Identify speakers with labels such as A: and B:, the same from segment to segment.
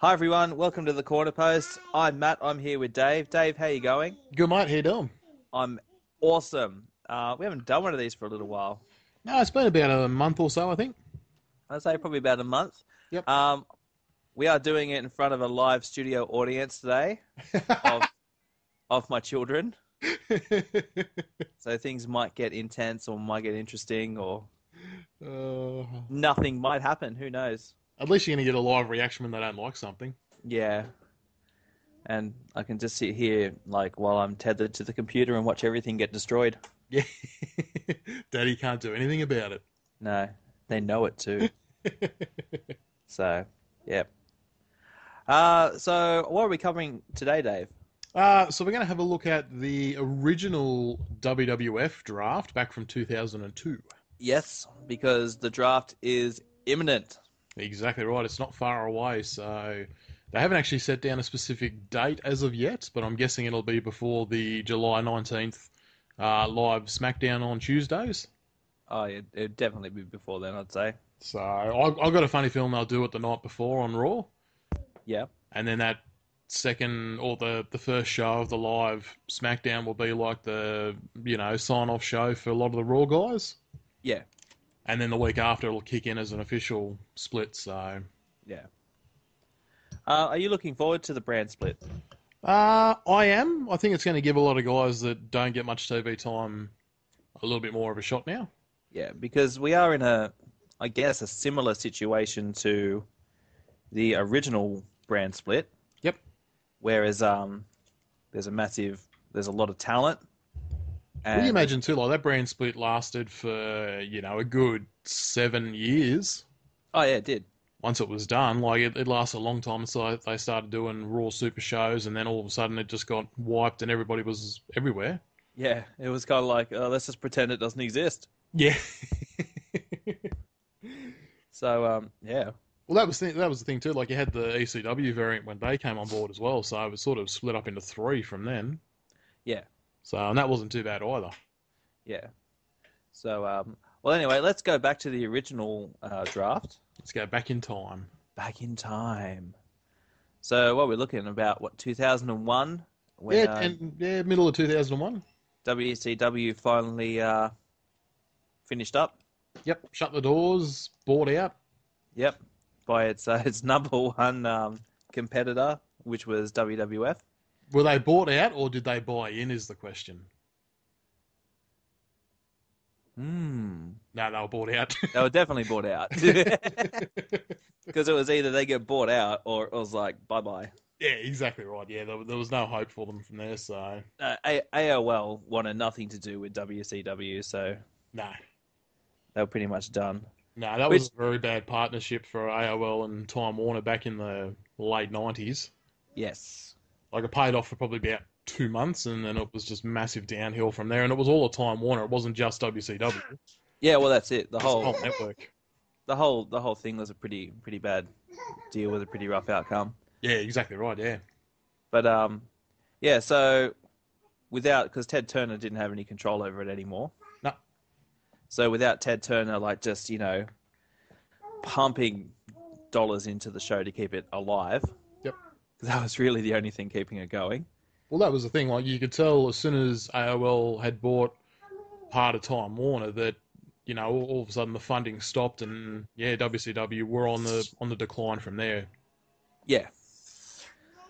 A: Hi everyone, welcome to the Corner Post. I'm Matt. I'm here with Dave. Dave, how you going?
B: Good mate, how you doing?
A: I'm awesome. Uh, we haven't done one of these for a little while.
B: No, it's been about a month or so, I think.
A: I'd say probably about a month.
B: Yep.
A: Um, we are doing it in front of a live studio audience today of, of my children. So things might get intense or might get interesting or
B: Uh,
A: nothing might happen. Who knows?
B: at least you're gonna get a live reaction when they don't like something.
A: Yeah. And I can just sit here like while I'm tethered to the computer and watch everything get destroyed.
B: Yeah, Daddy can't do anything about it.
A: No, they know it too. so, yeah. Uh, so, what are we covering today, Dave?
B: Uh, so we're gonna have a look at the original WWF draft back from 2002.
A: Yes, because the draft is imminent.
B: Exactly right. It's not far away, so they haven't actually set down a specific date as of yet. But I'm guessing it'll be before the July 19th uh, live SmackDown on Tuesdays.
A: Oh, it, it'd definitely be before then, I'd say.
B: So I, I've got a funny feeling they'll do it the night before on Raw,
A: Yeah.
B: and then that second or the the first show of the live SmackDown will be like the you know sign off show for a lot of the Raw guys,
A: Yeah.
B: and then the week after it'll kick in as an official split. So
A: Yeah. Uh, are you looking forward to the brand split?
B: uh, I am. I think it's going to give a lot of guys that don't get much TV time a little bit more of a shot now.
A: Yeah, because we are in a, I guess, a similar situation to the original brand split.
B: Yep.
A: Whereas um, there's a massive, there's a lot of talent.
B: Can
A: And
B: you imagine too? Like that brand split lasted for you know a good seven years.
A: Oh yeah, it did.
B: once it was done, like it, it lasted a long time. So they started doing Raw Super shows, and then all of a sudden it just got wiped, and everybody was everywhere.
A: Yeah, it was kind of like uh, let's just pretend it doesn't exist.
B: Yeah.
A: So um, yeah,
B: well, that was the, that was the thing too. Like you had the ECW variant when they came on board as well, so it was sort of split up into three from then.
A: Yeah.
B: So and that wasn't too bad either.
A: yeah. So um, well, anyway, let's go back to the original uh, draft,
B: Let's go back in time.
A: back in time. So what we're looking about what 2001 when
B: yeah,
A: uh,
B: and yeah, middle of two thousand and one.
A: WCW finally uh, finished up.
B: Yep. Shut the doors. Bought out.
A: Yep, by its uh, its number one um, competitor, which was WWF.
B: Were they bought out or did they buy in? Is the question.
A: Hmm.
B: No, they were bought out.
A: They were definitely bought out because it was either they get bought out or it was like bye bye.
B: Yeah, exactly right. Yeah, there, there was no hope for them from there, so
A: Uh, A- AOL wanted nothing to do with WCW, so
B: no,
A: they were pretty much done.
B: no, that
A: Which-
B: was a very bad partnership for AOL and Time Warner back in the late nineties.
A: Yes.
B: Like it paid off for probably about two months, and then it was just massive downhill from there. And it was all a Time Warner; it wasn't just WCW. It
A: Yeah. Well, that's it. The
B: was the
A: whole
B: whole network.
A: the whole the whole thing was a pretty pretty bad deal with a pretty rough outcome.
B: Yeah, exactly right. Yeah,
A: But um, yeah. So without because Ted Turner didn't have any control over it anymore.
B: No.
A: So without Ted Turner, like just you know, pumping dollars into the show to keep it alive.
B: Yep.
A: That was really the only thing keeping it going.
B: well, that was the thing. Like you could tell as soon as AOL had bought part of Time Warner that you know all, all of a sudden the funding stopped, and yeah, WCW were on the on the decline from there.
A: Yeah.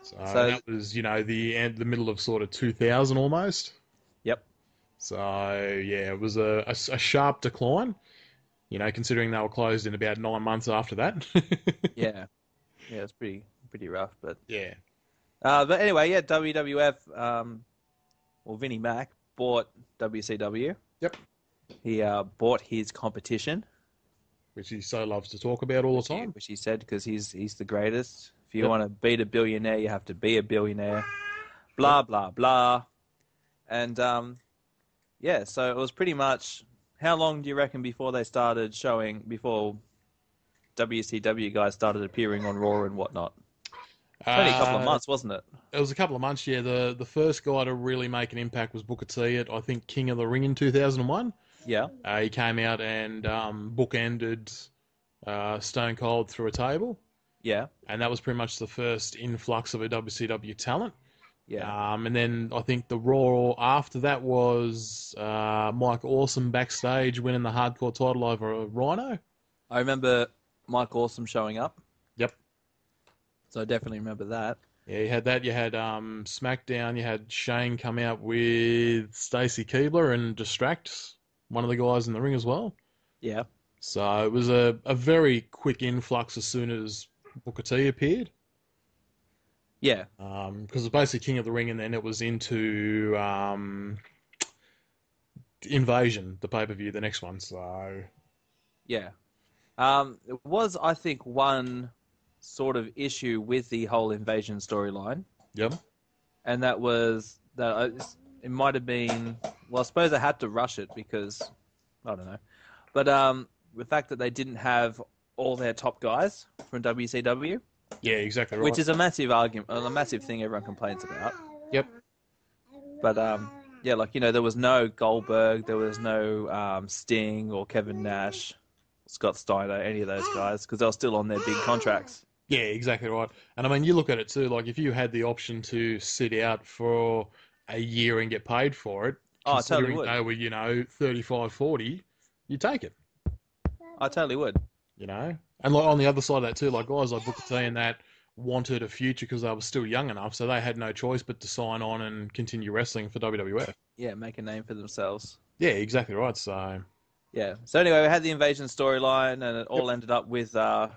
B: So,
A: So-
B: that was, you know, the end, the middle of sort of 2000 almost.
A: Yep.
B: So yeah, it was a, a, a sharp decline. You know, considering they were closed in about nine months after that.
A: Yeah. Yeah. It's pretty pretty rough, but
B: yeah.
A: uh, but anyway, yeah. WWF, um, well, Vinnie Mac bought WCW.
B: Yep.
A: He uh, bought his competition.
B: Which he so loves to talk about all the time.
A: which he said because he's he's the greatest. If you
B: Yep.
A: want to beat a billionaire, you have to be a billionaire. Blah blah blah. And um, yeah, so it was pretty much how long do you reckon before they started showing before WCW guys started appearing on Raw and whatnot? It's only a couple of
B: Uh,
A: months, wasn't it?
B: It was a couple of months, yeah. The the first guy to really make an impact was Booker T at I think King of the Ring in two thousand and one.
A: Yeah.
B: Uh, he came out and um, bookended uh, Stone Cold through a table,
A: Yeah.
B: and that was pretty much the first influx of a WCW talent.
A: Yeah.
B: Um, and then I think the Raw after that was uh, Mike Awesome backstage winning the Hardcore title over Rhino.
A: I remember Mike Awesome showing up.
B: Yep.
A: So I definitely remember that.
B: Yeah, you had that. You had um, SmackDown. You had Shane come out with Stacy Keebler and distract one of the guys in the ring as well.
A: Yeah.
B: So it was a, a very quick influx as soon as Booker T appeared.
A: Yeah.
B: Because Um, it was basically King of the Ring, and then it was into um, Invasion, the pay per view, the next one. So
A: Yeah. Um, it was, I think, one sort of issue with the whole invasion storyline,
B: yep,
A: and that was that I, it might have been. Well, I suppose I had to rush it because I don't know, but um, the fact that they didn't have all their top guys from WCW,
B: yeah, exactly right.
A: which is a massive argument, a massive thing everyone complains about.
B: Yep.
A: But um, yeah, like you know, there was no Goldberg, there was no um, Sting or Kevin Nash, Scott Steiner, any of those guys, because they were still on their big contracts.
B: Yeah, exactly right. And I mean, you look at it too, like if you had the option to sit out for a year and get paid for it,
A: Oh, I totally
B: considering
A: would.
B: they were, you know, 35, 40, you take it,
A: I totally would.
B: you know? And like on the other side of that too, like guys like Booker T and that wanted a future because they were still young enough, so they had no choice but to sign on and continue wrestling for WWF.
A: Yeah, make a name for themselves.
B: Yeah, exactly right. So,
A: Yeah. So anyway, we had the invasion storyline, and it all ended up with uh,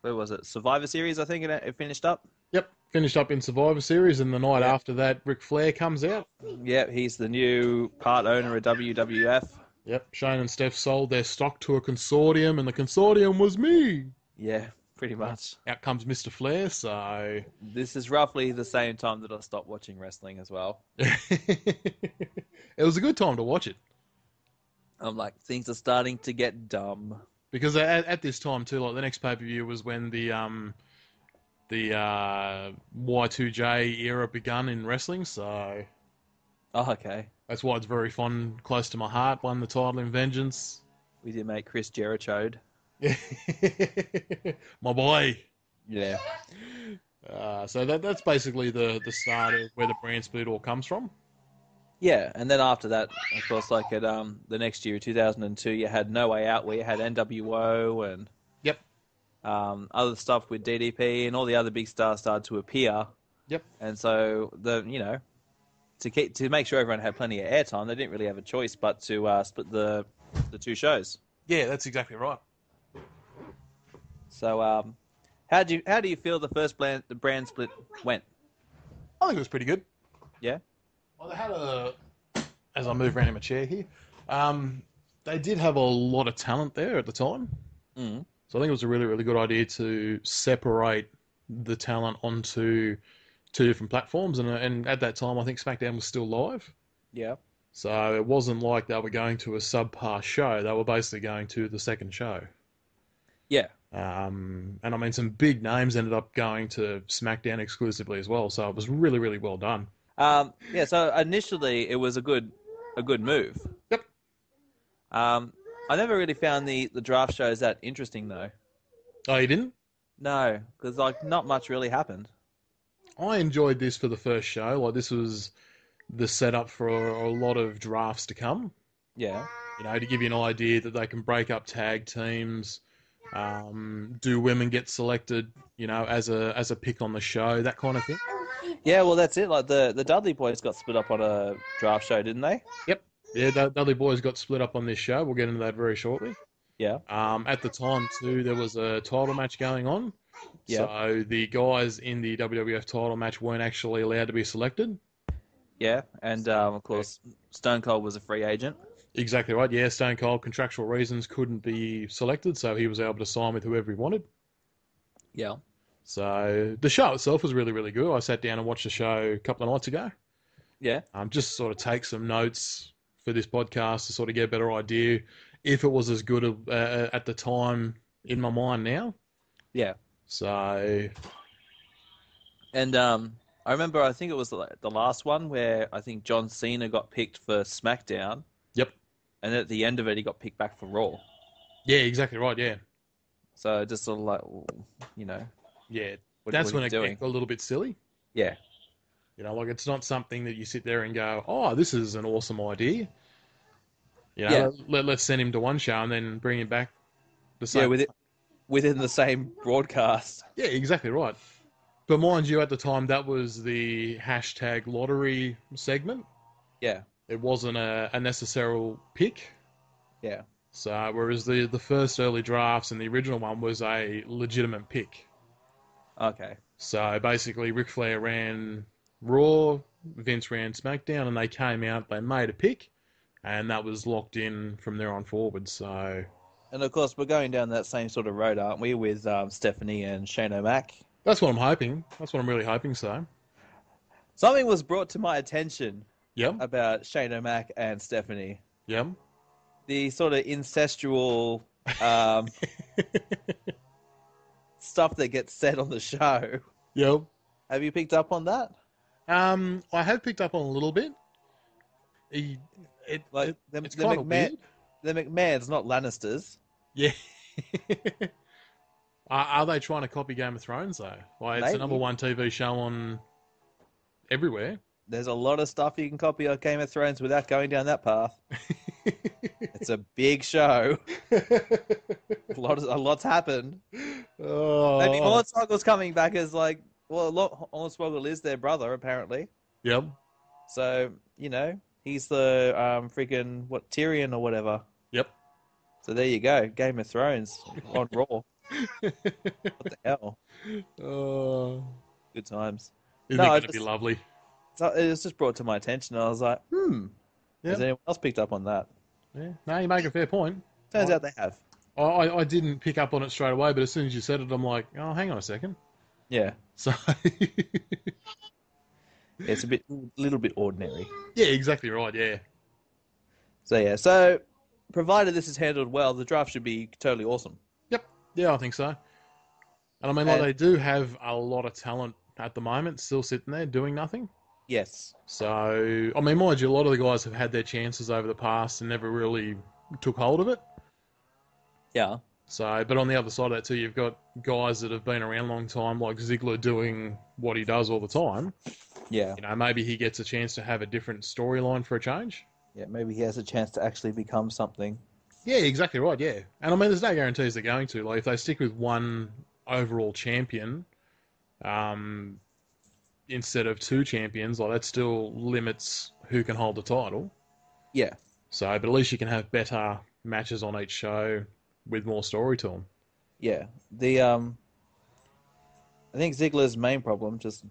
A: where was it? Survivor Series, I think it, it finished up.
B: yep, finished up in Survivor Series, and the night
A: Yeah.
B: after that, Ric Flair comes out.
A: Yeah, he's the new part owner of WWF.
B: Yep, Shane and Steph sold their stock to a consortium, and the consortium was me.
A: Yeah, pretty much.
B: out comes Mr. Flair. So,
A: This is roughly the same time that I stopped watching wrestling as well.
B: it was a good time to watch it
A: I'm like, things are starting to get dumb.
B: because at, at this time too, like the next pay per view was when the um the uh, Y2J era begun in wrestling. So
A: Oh, okay.
B: that's why it's very fun, close to my heart. Won the title in Vengeance.
A: With your mate Chris Jericho.
B: my boy.
A: Yeah.
B: Uh, so that that's basically the the start of where the brand split all comes from.
A: Yeah, and then after that, of course, like at um the next year, 2002, you had No Way Out, where you had NWO and
B: Yep.
A: um, other stuff with DDP, and all the other big stars started to appear.
B: Yep.
A: And so the you know to keep to make sure everyone had plenty of airtime, they didn't really have a choice but to uh, split the the two shows.
B: Yeah, that's exactly right.
A: So um, how do you how do you feel the first brand the brand split went?
B: I think it was pretty good.
A: Yeah.
B: Well, they had a. As I move around in my chair here, um, they did have a lot of talent there at the time.
A: Mm.
B: So I think it was a really, really good idea to separate the talent onto two different platforms. And, and at that time, I think SmackDown was still live.
A: Yeah.
B: So it wasn't like they were going to a subpar show. They were basically going to the second show.
A: Yeah.
B: Um, and I mean, some big names ended up going to SmackDown exclusively as well. So it was really, really well done.
A: Um, yeah, so initially it was a good, a good move.
B: Yep.
A: Um, I never really found the, the draft shows that interesting though.
B: Oh, you didn't?
A: No, because like not much really happened.
B: I enjoyed this for the first show. Like this was the setup for a, a lot of drafts to come.
A: Yeah,
B: You know, to give you an idea that they can break up tag teams. Um, do women get selected? You know, as a as a pick on the show, that kind of thing.
A: yeah. Well, that's it. Like the the Dudley Boys got split up on a draft show, didn't they?
B: Yeah, the, the other boys got split up on this show. We'll get into that very shortly.
A: Yeah.
B: Um, at the time too, there was a title match going on.
A: Yeah.
B: So the guys in the WWF title match weren't actually allowed to be selected.
A: Yeah, and um, of course Stone Cold was a free agent.
B: Exactly right. Yeah, Stone Cold contractual reasons couldn't be selected, so he was able to sign with whoever he wanted.
A: Yeah.
B: So the show itself was really, really good. I sat down and watched the show a couple of nights ago.
A: Yeah.
B: Um, just sort of take some notes for this podcast to sort of get a better idea if it was as good a, uh, at the time in my mind now.
A: Yeah.
B: So
A: And um, I remember, I think it was the the last one where I think John Cena got picked for SmackDown.
B: Yep.
A: And at the end of it, he got picked back for Raw.
B: yeah, exactly right. Yeah,
A: So just sort of like, w- you know,
B: yeah.
A: what,
B: That's
A: what are
B: when
A: you
B: it
A: doing?
B: got a little bit silly.
A: Yeah.
B: You know, like it's not something that you sit there and go, "Oh, this is an awesome idea." You know,
A: Yeah.
B: let, let's send him to one show and then bring him back. The same.
A: Yeah, with it, within the same broadcast.
B: Yeah, exactly right. But mind you, at the time, that was the hashtag lottery segment.
A: Yeah.
B: It wasn't a, a necessary pick.
A: Yeah.
B: So, whereas the, the first early drafts and the original one was a legitimate pick.
A: Okay.
B: So basically, Ric Flair ran Raw, Vince ran SmackDown, and they came out, they made a pick, and that was locked in from there on forward. So,
A: And of course, we're going down that same sort of road, aren't we, with um, Stephanie and Shane O'Mac?
B: that's what I'm hoping. That's what I'm really hoping. So,
A: Something was brought to my attention
B: yep,
A: about Shane O'Mac and Stephanie.
B: yep.
A: The sort of incestual um, stuff that gets said on the show.
B: Yep.
A: Have you picked up on that?
B: Um, I have picked up on a little bit. He, it,
A: Like
B: it-
A: the,
B: it's
A: the
B: kind of
A: McMahon,
B: weird.
A: the McMahons, not Lannisters.
B: Yeah. are, are they trying to copy Game of Thrones though? Why it's the
A: Maybe.
B: number one TV show on everywhere.
A: There's a lot of stuff you can copy on Game of Thrones without going down that path. it's a big show. A lot, a lot's happened. I mean,
B: oh.
A: Hornswoggle's coming back as like, well, Lo- Hornswoggle is their brother apparently.
B: Yep.
A: So you know, he's the um, freaking what Tyrion or whatever.
B: Yep.
A: So there you go, Game of Thrones on Raw. what the hell?
B: Oh.
A: Good times.
B: Isn't
A: No,
B: it
A: I
B: going to
A: just-
B: be lovely?
A: So it was just brought to my attention. I was like, hmm.
B: Yeah.
A: Has anyone else picked up on that?
B: Yeah. No, you make a fair point.
A: Turns
B: Right.
A: out they have.
B: I, I, I didn't pick up on it straight away, but as soon as you said it, I'm like, oh, hang on a second.
A: Yeah,
B: So,
A: it's a bit, little bit ordinary.
B: yeah, exactly right. Yeah.
A: So yeah, so provided this is handled well, the draft should be totally awesome.
B: Yeah, I think so. And I mean, like
A: And-
B: they do have a lot of talent at the moment, still sitting there doing nothing.
A: Yes.
B: So, I mean, mind you, a lot of the guys have had their chances over the past and never really took hold of it.
A: Yeah.
B: So, but on the other side of that too, you've got guys that have been around a long time, like Ziggler, doing what he does all the time.
A: Yeah.
B: You know, maybe he gets a chance to have a different storyline for a change.
A: Yeah. Maybe he has a chance to actually become something.
B: Yeah, exactly right. Yeah, and I mean, there's no guarantees they're going to. Like, if they stick with one overall champion, um, instead of two champions, like that still limits who can hold the title.
A: Yeah.
B: So, but at least you can have better matches on each show with more story to them.
A: Yeah. The um, I think Ziggler's main problem, just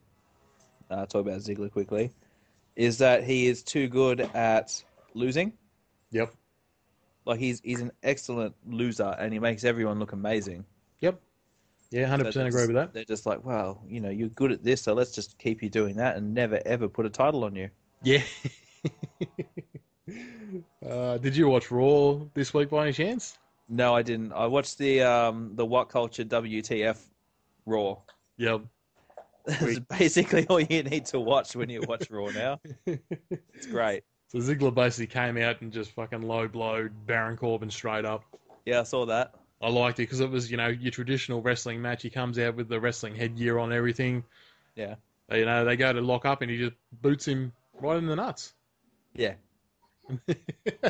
A: uh, talk about Ziggler quickly, is that he is too good at losing.
B: Yep.
A: Like he's he's an excellent loser, and he makes everyone look amazing.
B: Yep. Yeah, hundred percent
A: they're
B: agree
A: just-
B: with that.
A: They're just like, well, you know, you're good at this, so let's just keep you doing that and never ever put a title on you.
B: Yeah. uh, did you watch Raw this week by any chance?
A: No, I didn't. I watched the um the What Culture WTF Raw.
B: Yep.
A: That's basically all you need to watch when you watch Raw now. It's great.
B: So Ziggler basically came out and just fucking low blowed Baron Corbin straight up.
A: Yeah, I saw that.
B: I liked it because it was, you know, your traditional wrestling match. He comes out with the wrestling headgear on, and everything.
A: Yeah.
B: You know, they go to lock up and he just boots him right in the nuts
A: Yeah,
B: and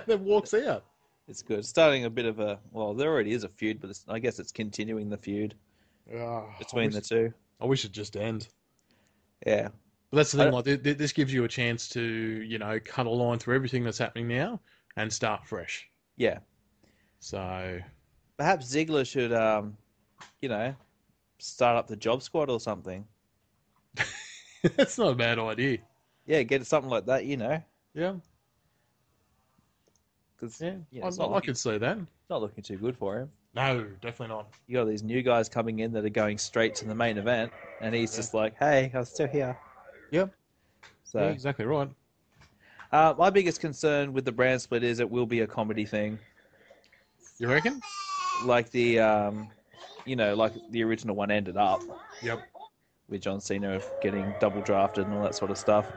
B: then walks out.
A: it's good. Starting a bit of a well, there already is a feud, but it's, I guess it's continuing the feud
B: Ah, I
A: between
B: wish,
A: the two.
B: I wish it just end.
A: Yeah,
B: But that's the
A: I
B: thing. Like, th- th- this gives you a chance to, you know, cut a line through everything that's happening now and start fresh.
A: yeah.
B: So,
A: Perhaps Ziggler should um, you know, start up the job squad or something.
B: that's not a bad idea.
A: Yeah, get something like that. You know,
B: Yeah.
A: because
B: Yeah.
A: Yeah,
B: I,
A: it's not
B: I
A: looking-
B: could see that.
A: it's not looking too good for him.
B: No, definitely not.
A: You got these new guys coming in that are going straight to the main event, and he's just like, "Hey, I'm still here."
B: Yep.
A: So
B: Yeah, exactly right.
A: Uh, my biggest concern with the brand split is it will be a comedy thing,
B: You reckon?
A: like the, um, you know, like the original one ended up
B: Yep.
A: with John Cena getting double drafted and all that sort of stuff.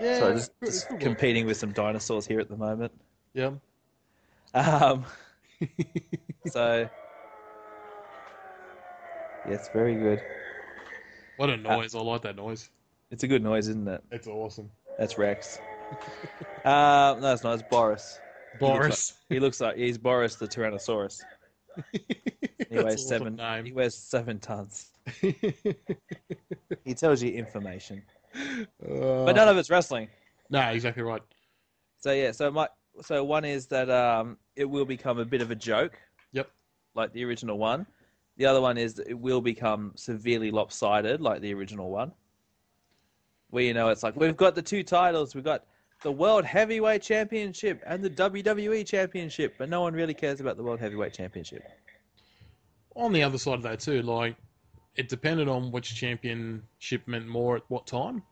B: Yeah.
A: so just,
B: could-
A: just
B: could work.
A: competing with some dinosaurs here at the moment.
B: Yep.
A: Um, so, yeah, it's very good.
B: What
A: Uh,
B: a noise! I like that noise.
A: It's a good noise, isn't it?
B: It's awesome.
A: That's Rex. um, no, it's not. It's Boris.
B: Boris.
A: He looks like he's Boris the Tyrannosaurus. He
B: That's
A: weighs
B: an
A: seven. He weighs seven tons. He tells you information,
B: Uh,
A: but none of it's wrestling.
B: no, exactly right.
A: So yeah, so my so one is that um, it will become a bit of a joke.
B: Yep.
A: Like the original one. The other one is that it will become severely lopsided, like the original one. Where you know it's like we've got the two titles, we've got the World Heavyweight Championship and the WWE Championship, but no one really cares about the World Heavyweight Championship.
B: On the other side of that too, like it depended on which championship meant more at what time.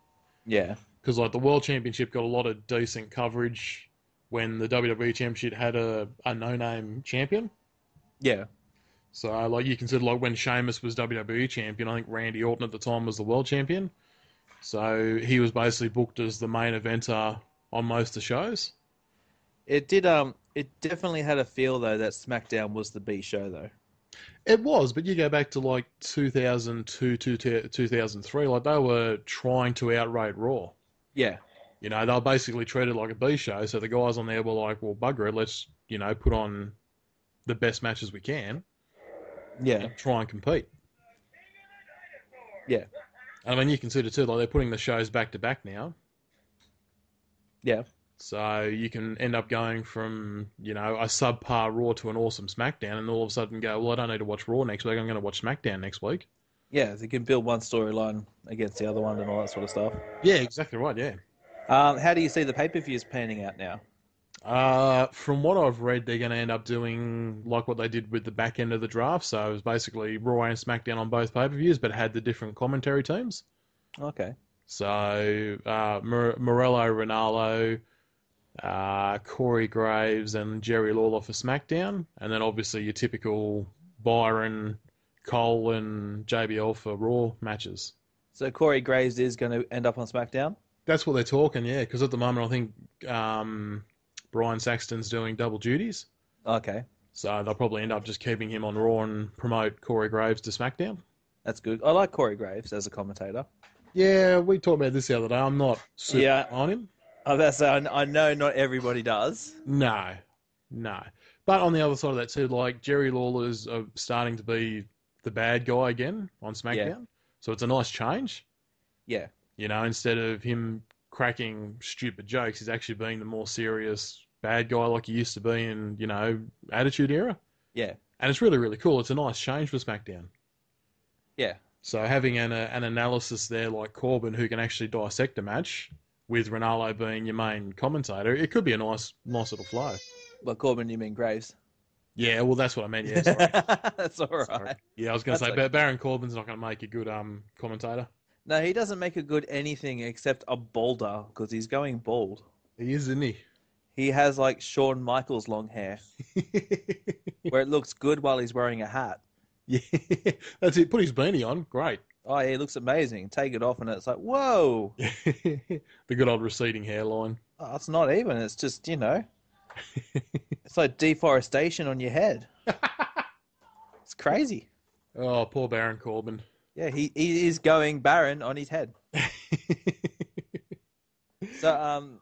A: Yeah.
B: because like the world championship got a lot of decent coverage when the WWE championship had a, a no name champion.
A: Yeah.
B: So like you consider like when Sheamus was WWE champion, I think Randy Orton at the time was the world champion. So he was basically booked as the main eventer on most of the shows.
A: It did um it definitely had a feel though that SmackDown was the B show though.
B: It was, but you go back to like 2002, 2003, like they were trying to outrate Raw.
A: Yeah.
B: You know, they were basically treated like a B show. So the guys on there were like, well, bugger it, let's, you know, put on the best matches we can.
A: Yeah.
B: and try and compete.
A: Yeah.
B: I mean, you consider too, like they're putting the shows back to back now,
A: Yeah.
B: so you can end up going from you know a subpar Raw to an awesome SmackDown, and all of a sudden go, well, I don't need to watch Raw next week. I'm going to watch SmackDown next week.
A: Yeah, they can build one storyline against the other one and all that sort of stuff.
B: Yeah, exactly right. Yeah.
A: Um, how do you see the pay per views panning out now?
B: Uh, from what I've read, they're going to end up doing like what they did with the back end of the draft. So it was basically Raw and SmackDown on both pay per views, but had the different commentary teams.
A: Okay.
B: So uh, Mor- Morello Ronaldo, uh, Corey Graves, and Jerry Lawler for SmackDown, and then obviously your typical Byron, Cole, and JBL for Raw matches.
A: So Corey Graves is going to end up on SmackDown.
B: That's what they're talking, yeah. Because at the moment, I think um, Brian Saxton's doing double duties,
A: Okay,
B: so they'll probably end up just keeping him on Raw and promote Corey Graves to SmackDown.
A: that's good. I like Corey Graves as a commentator.
B: Yeah, we talked about this the other day. I'm not super
A: Yeah.
B: on him.
A: I was about to say, Uh, I I know not everybody does.
B: No, no. But on the other side of that too, like Jerry Lawler's uh, starting to be the bad guy again on SmackDown, so it's a nice change.
A: Yeah,
B: You know, instead of him cracking stupid jokes, he's actually being the more serious bad guy like he used to be in you know Attitude Era,
A: yeah,
B: and it's really really cool. It's a nice change for SmackDown.
A: yeah,
B: So having an uh, an analysis there like Corbin who can actually dissect a match with Ronaldo being your main commentator, it could be a nice nice little flow.
A: but Corbin, you mean Graves?
B: Yeah, well that's what I meant. Yeah, sorry.
A: that's all right.
B: Sorry. Yeah, I was going to
A: That's
B: say
A: okay.
B: Bar Baron Corbin's not going to make a good um commentator.
A: No, he doesn't make a good anything except a boulder because he's going bald.
B: He is, isn't he?
A: He has like Shawn Michaels long hair, where it looks good while he's wearing a hat.
B: yeah, that's it. Put his beanie on. Great.
A: Oh, he looks amazing. Take it off, and it's like, whoa.
B: the good old receding hairline.
A: Oh, it's not even. It's just you know, it's like deforestation on your head. it's crazy.
B: Oh, poor Baron Corbin.
A: Yeah, he, he is going barren on his head. So um,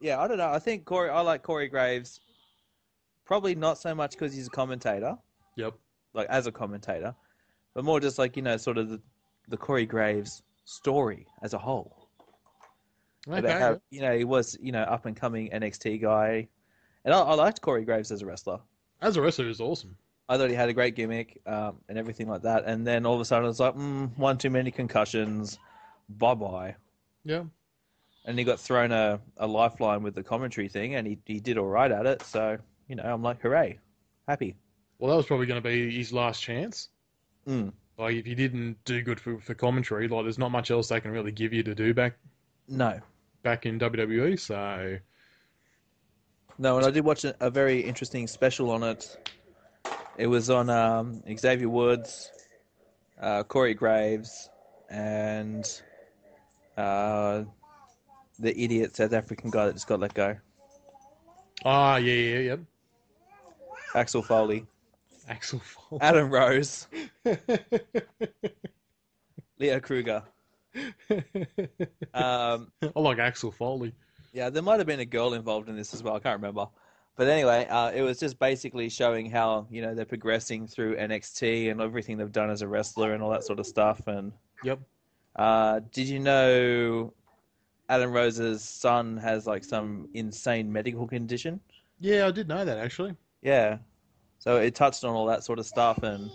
A: yeah, I don't know. I think Corey. I like Corey Graves. Probably not so much because he's a commentator,
B: yep.
A: like as a commentator, but more just like you know, sort of the, the Corey Graves story as a whole. about how
B: Okay.
A: you know he was you know up and coming NXT guy, and I, I liked Corey Graves as a wrestler.
B: As a wrestler, is awesome.
A: I thought he had a great gimmick um, and everything like that. And then all of a sudden, it's like mm, one too many concussions, bye bye.
B: Yeah.
A: And he got thrown a, a lifeline with the commentary thing, and he he did all right at it. So you know, I'm like, hooray, happy.
B: Well, that was probably going to be his last chance.
A: Mm.
B: Like, if he didn't do good for, for commentary, like, there's not much else they can really give you to do back
A: No,
B: back in WWE. So
A: No, and I did watch a, a very interesting special on it. It was on um, Xavier Woods, uh, Corey Graves, and uh, the idiot South African guy that just got let go,
B: ah, yeah, yeah, yeah.
A: Axel Foley,
B: Axel Foley.
A: Adam Rose, Leo Kruger.
B: I
A: Um,
B: like Axel Foley.
A: Yeah, there might have been a girl involved in this as well. I can't remember. But anyway, uh, it was just basically showing how you know they're progressing through NXT and everything they've done as a wrestler and all that sort of stuff. And
B: Yep.
A: uh, did you know Adam Rose's son has like some insane medical condition?
B: Yeah, I did know that actually.
A: Yeah, so it touched on all that sort of stuff and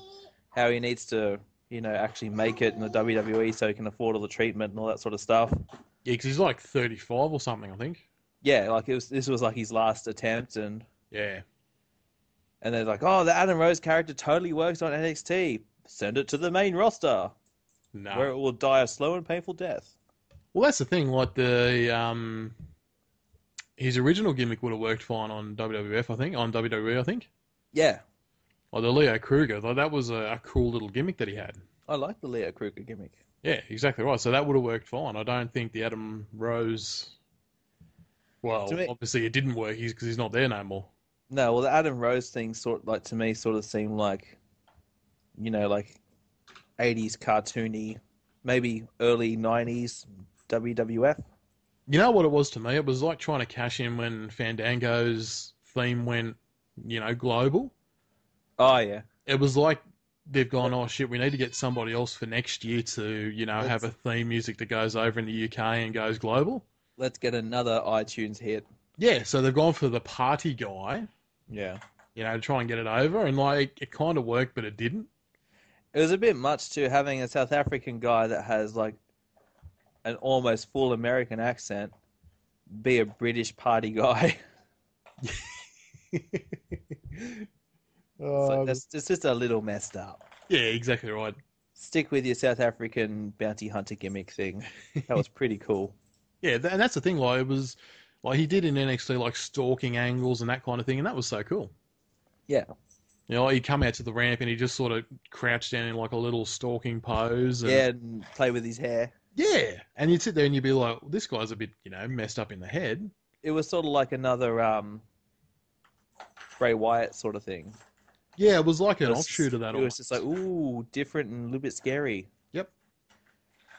A: how he needs to you know actually make it in the WWE so he can afford all the treatment and all that sort of stuff.
B: Yeah, 'cause he's like 35 or something, I think.
A: Yeah, like it was this was like his last attempt and.
B: Yeah.
A: And they're like, oh, the Adam Rose character totally works on NXT. Send it to the main roster,
B: No.
A: where it will die a slow and painful death.
B: Well, that's the thing. Like the um, his original gimmick would have worked fine on WWF, I think. On WWE, I think.
A: Yeah,
B: Like the Leo Kruger, though, that was a, a cool little gimmick that he had.
A: I like the Leo Kruger gimmick.
B: Yeah, exactly right. So that would have worked fine. I don't think the Adam Rose. Well,
A: To me-
B: obviously it didn't work because he's not there no more.
A: No, well, the Adam Rose thing sort like to me sort of seemed like, you know, like '80s cartoony, maybe early '90s WWF.
B: You know what it was to me? It was like trying to cash in when Fandango's theme went, you know, global.
A: Oh yeah,
B: It was like they've gone, oh shit, we need to get somebody else for next year to, you know, have a theme music that goes over in the UK and goes global.
A: let's get another iTunes hit.
B: Yeah, so they've gone for the party guy,
A: Yeah,
B: you know, to try and get it over, and like it kind of worked, but it didn't.
A: It was a bit much too, having a South African guy that has like an almost full American accent be a British party guy. It's
B: Um,
A: like, that's, it's just a little messed up.
B: yeah, exactly right.
A: Stick with your South African bounty hunter gimmick thing. That was pretty cool.
B: Yeah, th- and that's the thing. Like it was, like he did in NXT, like stalking angles and that kind of thing, and that was so cool.
A: Yeah.
B: You know, he'd come out to the ramp and he just sort of crouched down in like a little stalking pose. And,
A: Yeah, and play with his hair.
B: yeah. And you'd sit there and you'd be like, "This guy's a bit, you know, messed up in the head."
A: It was sort of like another um, Bray Wyatt sort of thing.
B: Yeah, it was like
A: It
B: an
A: was-
B: offshoot of that.
A: It was
B: almost.
A: just like, ooh, different and a little bit scary.
B: Yep.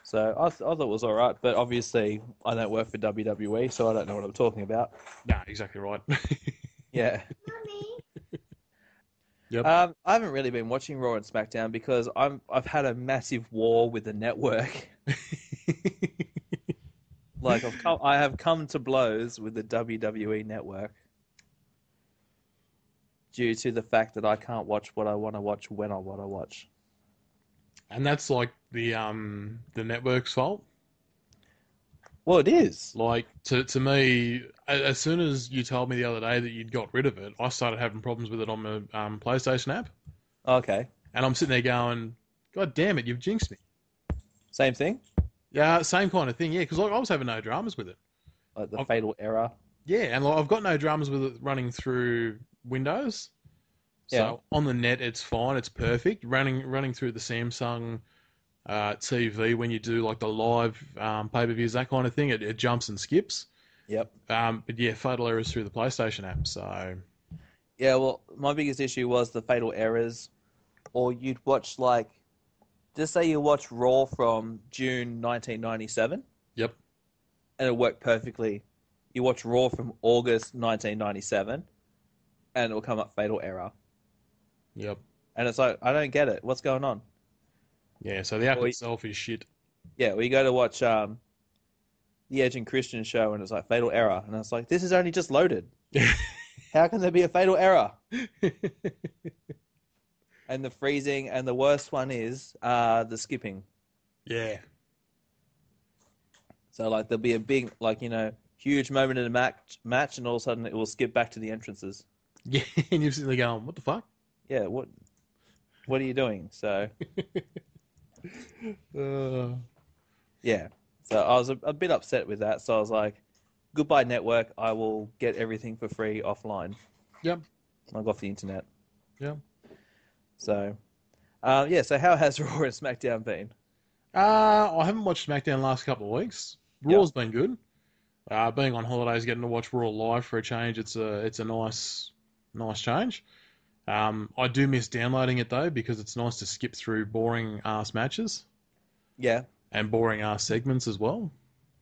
A: So I, th- I thought it was all right, but obviously I don't work for WWE, so I don't know what I'm talking about.
B: nah, exactly right.
A: Yeah.
B: Yep.
A: Um, I haven't really been watching Raw and SmackDown because I'm I've had a massive war with the network. Like I've come, I have come to blows with the WWE network due to the fact that I can't watch what I want to watch when I want to watch.
B: and that's like the um the network's fault.
A: Well, it is.
B: Like to to me, a- as soon as you told me the other day that you'd got rid of it, I started having problems with it on the um, PlayStation app,
A: Okay.
B: and I'm sitting there going, "God damn it, you've jinxed me."
A: Same thing.
B: Yeah, same kind of thing. Yeah, because like, I was having no dramas with it.
A: Like the
B: I've-
A: fatal error.
B: Yeah, and like, I've got no dramas with it running through Windows. So on the net, it's fine. It's perfect. Running running through the Samsung uh, TV when you do like the live um, pay per views, that kind of thing, it, it jumps and skips.
A: Yep.
B: Um, but yeah, fatal errors through the PlayStation app. So
A: Yeah, well, my biggest issue was the fatal errors, or you'd watch like, just say you watch Raw from June 1997,
B: yep,
A: and it worked perfectly. You watch Raw from August 1997, and it'll come up fatal error,
B: yep,
A: and it's like I don't get it. What's going on?
B: yeah. So the app
A: Well, you-
B: itself is shit.
A: Yeah, well, you go to watch um, the Edge and Christian show, and it's like fatal error, and it's like this is only just loaded. How can there be a fatal error? and the freezing, and the worst one is uh, the skipping.
B: yeah,
A: So like there'll be a big like you know huge moment in a match match, and all of a sudden it will skip back to the entrances.
B: yeah. And you're sitting there going, "What the fuck?"
A: Yeah, what what are you doing? So
B: Uh,
A: yeah, So I was a, a bit upset with that. So I was like, goodbye network. I will get everything for free offline.
B: Yep.
A: Like off the internet.
B: Yep.
A: So, uh, yeah. So how has Raw and SmackDown been?
B: Uh, I haven't watched SmackDown the last couple of weeks. Raw's been good. Uh, being on holidays, getting to watch Raw live for a change, it's a it's a nice nice change. Um, I do miss downloading it though because it's nice to skip through boring ass matches
A: Yeah.
B: and boring ass segments as well.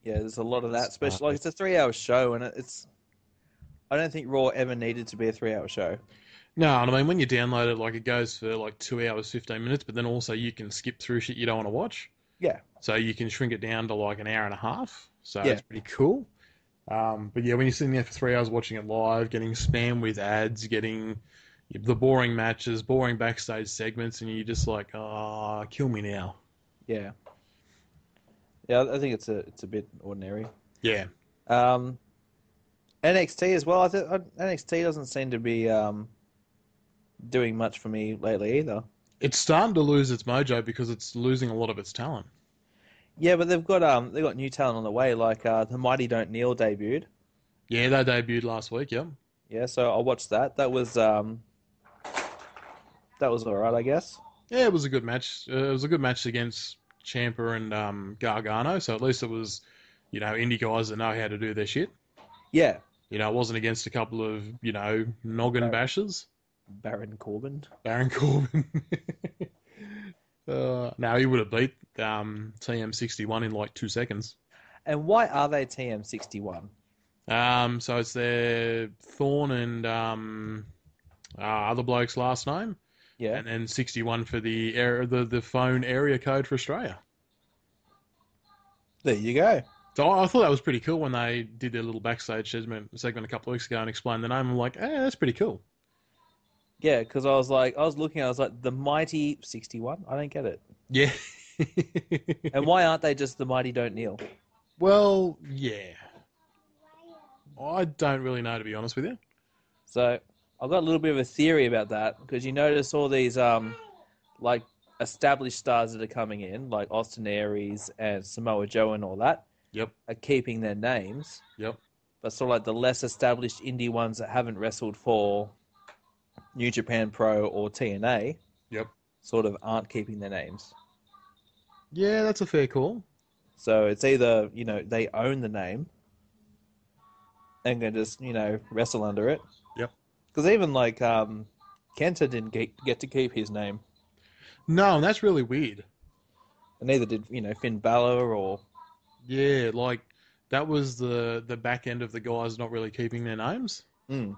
A: Yeah. There's a lot of that.
B: It's
A: Especially like it's a three-hour show, and it- it's. I don't think Raw ever needed to be a three-hour show.
B: No, and I mean when you download it, like it goes for like two hours fifteen minutes, but then also you can skip through shit you don't want to watch.
A: Yeah.
B: So you can shrink it down to like an hour and a half. So
A: Yeah.
B: it's pretty cool. Um, but yeah, when you're sitting there for three hours watching it live, getting spam with ads, getting the boring matches, boring backstage segments, and you're just like, ah, kill me now.
A: Yeah. Yeah, I think it's a it's a bit ordinary.
B: Yeah.
A: Um, NXT as well. I think NXT doesn't seem to be um, doing much for me lately either.
B: It's starting to lose its mojo because it's losing a lot of its talent.
A: Yeah, but they've got um they've got new talent on the way. Like uh, the Mighty Don't Kneel debuted.
B: Yeah, they debuted last week. Yep.
A: Yeah, so I watched that. That was um that was all right, I guess.
B: Yeah, it was a good match. Uh, it was a good match against Champa and um, Gargano. So at least it was, you know, indie guys that know how to do their shit.
A: Yeah,
B: You know, it wasn't against a couple of you know noggin
A: Right.
B: bashers.
A: Baron Corbin.
B: Baron Corbin. uh, now he would have beat um, TM61 in like two seconds.
A: And why are they TM61?
B: Um, so it's their Thorn and um, uh, other bloke's last name,
A: Yeah,
B: and then 61 for the air, the the phone area code for Australia.
A: there you go.
B: So I I thought that was pretty cool when they did their little backstage segment, segment a couple of weeks ago and explained the name. I'm like, eh, that's pretty cool.
A: Yeah, because I was like, I was looking, I was like, the Mighty 61. I don't get it.
B: Yeah.
A: And why aren't they just the Mighty Don't Kneel?
B: well, yeah. I don't really know, to be honest with you.
A: So I've got a little bit of a theory about that because you notice all these um, like established stars that are coming in, like Austin Aries and Samoa Joe and all that,
B: Yep.
A: are keeping their names,
B: Yep.
A: but sort of like the less established indie ones that haven't wrestled for New Japan Pro or TNA,
B: Yep.
A: sort of aren't keeping their names.
B: Yeah, that's a fair call.
A: So it's either you know they own the name and can just you know wrestle under it.
B: Yep.
A: Because even like um, Kenta didn't get, get to keep his name,
B: No, and that's really weird.
A: and neither did you know Finn Balor or
B: Yeah, like that was the the back end of the guys not really keeping their names.
A: mm,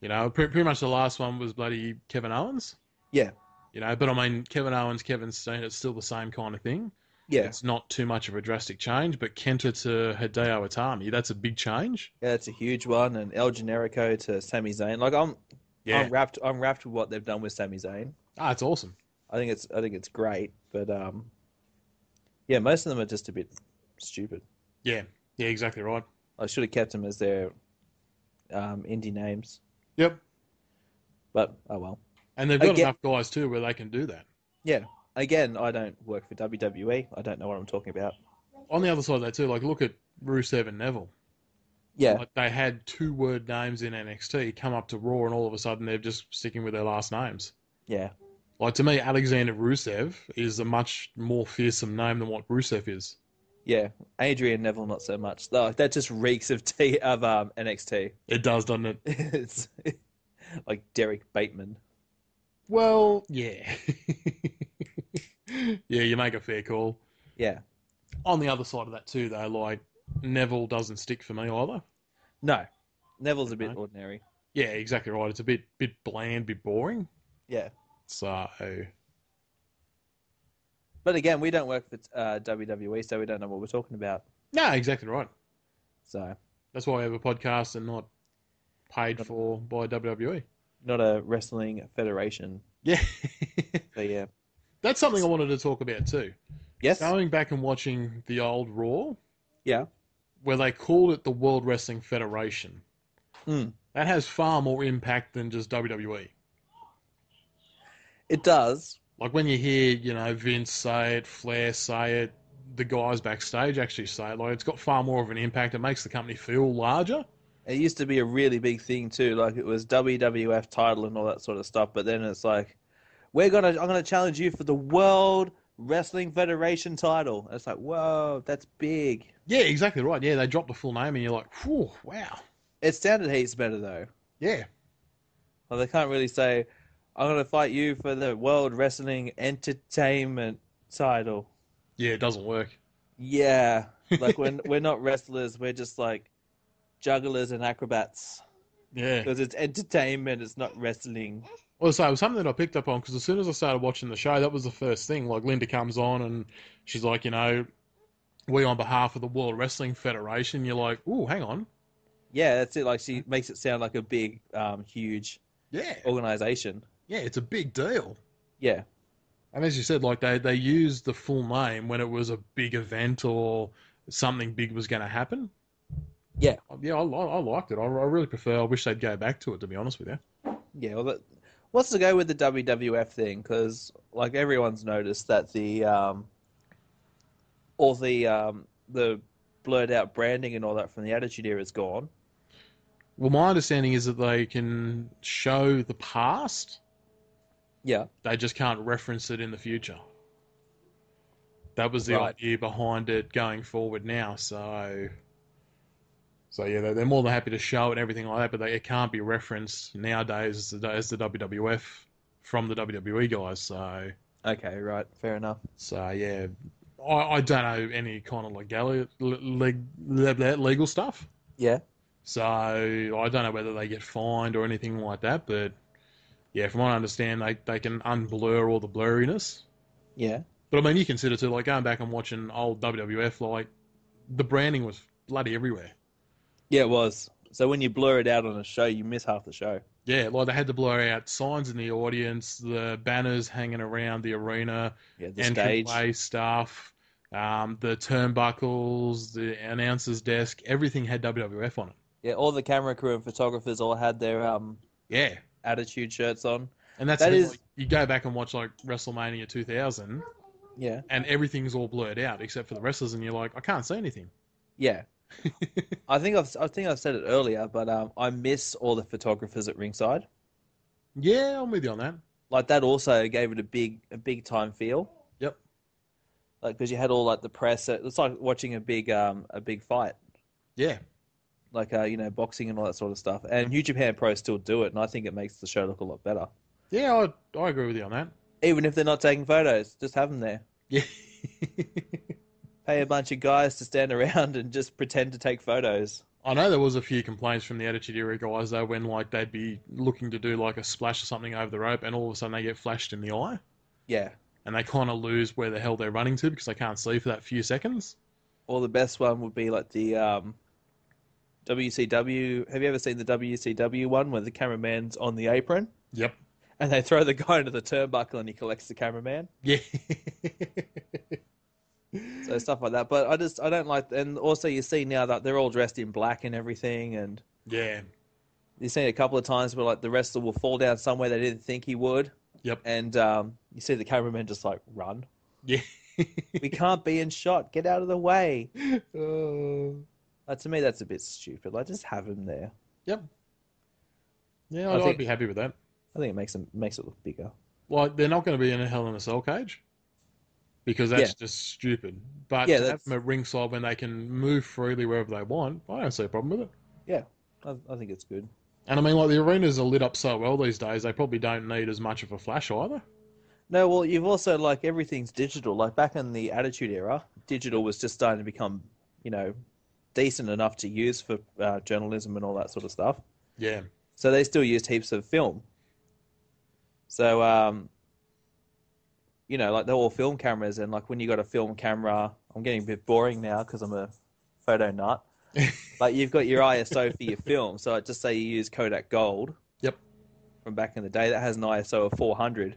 B: You know, pre- pretty much the last one was bloody Kevin Owens.
A: Yeah.
B: You know, but I mean, Kevin Owens, Kevin Steen, it's still the same kind of thing.
A: yeah,
B: It's not too much of a drastic change, but Kenta to Hideo Itami, that's a big change.
A: yeah, it's a huge one. And El Generico to Sami Zayn, like I'm I'm wrapped I'm wrapped with what they've done with Sami Zayn.
B: Um, Ah, it's awesome.
A: I think it's I think it's great, but um, yeah, most of them are just a bit stupid.
B: Yeah. Yeah, exactly right.
A: I should have kept them as their um, indie names,
B: Yep.
A: but oh well.
B: And they've got
A: Again-
B: enough guys too where they can do that.
A: Again, I don't work for WWE. I don't know what I'm talking about.
B: On the other side of that too, like look at Rusev and Neville.
A: Yeah,
B: Like they had two word names in NXT come up to Raw, and all of a sudden they're just sticking with their last names.
A: yeah,
B: Like to me, Alexander Rusev is a much more fearsome name than what Rusev is.
A: yeah. Adrian Neville, not so much. Like, that just reeks of T of um, NXT.
B: It does, doesn't it?
A: it's like Derek Bateman.
B: Well, yeah, yeah, you make a fair call.
A: Yeah,
B: On the other side of that too, though, like Neville doesn't stick for me either.
A: no, Neville's a bit
B: Okay.
A: ordinary.
B: Yeah, exactly right. It's a bit, bit bland, bit boring.
A: Yeah,
B: So
A: but again, we don't work for uh, WWE, so we don't know what we're talking about.
B: no, exactly right.
A: So
B: That's why we have a podcast and not paid for by E. WWE.
A: not a wrestling federation.
B: Yeah.
A: So yeah,
B: That's something I wanted to talk about too.
A: yes,
B: Going back and watching the old Raw.
A: Yeah.
B: Where they called it the World Wrestling Federation.
A: Mm.
B: That has far more impact than just E. WWE.
A: it does.
B: Like when you hear, you know, Vince say it, Flair say it, the guys backstage actually say like it's got far more of an impact. It makes the company feel larger.
A: It used to be a really big thing too, like it was WWF title and all that sort of stuff. But then it's like, we're gonna, I'm gonna challenge you for the World Wrestling Federation title. And it's like, whoa, that's big.
B: Yeah, exactly right. Yeah, they dropped the full name, and you're like, whew, wow.
A: It sounded heaps better though.
B: Yeah,
A: Like they can't really say, I'm gonna fight you for the World Wrestling Entertainment title.
B: yeah, it doesn't work.
A: Yeah, like we're we're not wrestlers. We're just like jugglers and acrobats
B: Yeah.
A: because it's entertainment. It's not wrestling.
B: Well, so it was something that I picked up on because as soon as I started watching the show, that was the first thing. Like Linda comes on and she's like, you know, we on behalf of the World Wrestling Federation. You're like, ooh, hang on.
A: Yeah, that's it. Like she makes it sound like a big, um, huge
B: Yeah,
A: organization.
B: yeah, it's a big deal.
A: Yeah,
B: And as you said, like they they used the full name when it was a big event or something big was going to happen.
A: Yeah.
B: yeah, I, li- I liked it. I, I really prefer. I wish they'd go back to it. To be honest with you.
A: yeah. Well, that, what's the go with the WWF thing? Because like everyone's noticed that the um, all the um, the blurred out branding and all that from the Attitude Era is gone.
B: Well, my understanding is that they can show the past.
A: Yeah,
B: they just can't reference it in the future. That was the
A: Right.
B: idea behind it going forward now. So, so yeah, they're, they're more than happy to show it and everything like that, but they, it can't be referenced nowadays as the, as the WWF from the WWE guys. So,
A: Okay, right, fair enough.
B: so yeah, I, I don't know any kind of legal, leg, leg, legal stuff.
A: Yeah,
B: So I don't know whether they get fined or anything like that, but yeah, from what I understand, they, they can unblur all the blurriness.
A: yeah,
B: But I mean, you consider too, like going back and watching old WWF, like the branding was bloody everywhere.
A: yeah. It was so when you blur it out on a show, you miss half the show.
B: Yeah, like they had to blur out signs in the audience, the banners hanging around the arena,
A: Yeah, the stage.
B: entryway stuff, um, the turnbuckles, the announcer's desk, everything had WWF on it.
A: Yeah, all the camera crew and photographers all had their um
B: Yeah,
A: attitude shirts on.
B: and that's
A: That
B: it,
A: is-
B: like, you go back and watch like WrestleMania 2000,
A: Yeah,
B: and everything's all blurred out except for the wrestlers, and you're like, I can't see anything.
A: yeah. I think I've I think I've said it earlier, but um, I miss all the photographers at ringside.
B: Yeah, I'm with you on that.
A: Like that also gave it a big a big time feel.
B: Yep.
A: Like because you had all like the press. It was like watching a big um a big fight.
B: Yeah,
A: Like uh, you know, boxing and all that sort of stuff, and New Japan Pro still do it, and I think it makes the show look a lot better.
B: yeah, I, I agree with you on that.
A: even if they're not taking photos, just have them there.
B: Yeah.
A: Pay a bunch of guys to stand around and just pretend to take photos.
B: I know there was a few complaints from the Attitude Era guys though when like they'd be looking to do like a splash or something over the rope and all of a sudden they get flashed in the eye
A: Yeah.
B: and they kind of lose where the hell they're running to because they can't see for that few seconds.
A: Or the best one would be like the um, WCW. Have you ever seen the WCW one where the cameraman's on the apron
B: Yep.
A: and they throw the guy into the turnbuckle and he collects the cameraman?
B: Yeah.
A: So stuff like that. But I just I don't like. And also you see now that they're all dressed in black and everything, and
B: yeah.
A: you've seen it a couple of times where like the wrestler will fall down somewhere they didn't think he would.
B: Yep.
A: And um, you see the cameraman just like run.
B: Yeah.
A: we can't be in shot. Get out of the way.
B: Uh,
A: Like, to me, that's a bit stupid. Like, just have him there.
B: yeah,
A: I
B: I'd,
A: think-
B: I'd be happy with that.
A: I think it makes him makes it look bigger.
B: Like they're not going to be in a Hell in a Cell cage because that's just stupid. But
A: Yeah,
B: to have
A: that's-
B: them at ringside when they can move freely wherever they want, I don't see a problem with it.
A: I, I think it's good.
B: And I mean, like the arenas are lit up so well these days, they probably don't need as much of a flash either.
A: No, well, you've also like everything's digital. Like back in the Attitude Era, digital was just starting to become, you know, decent enough to use for uh, journalism and all that sort of stuff.
B: Yeah,
A: So they still used heaps of film. So, um, you know, like they're all film cameras, and like when you got a film camera, I'm getting a bit boring now because I'm a photo nut. but you've got your ISO for your film. So, like, just say you use Kodak Gold.
B: Yep.
A: From back in the day, that has an ISO of 400.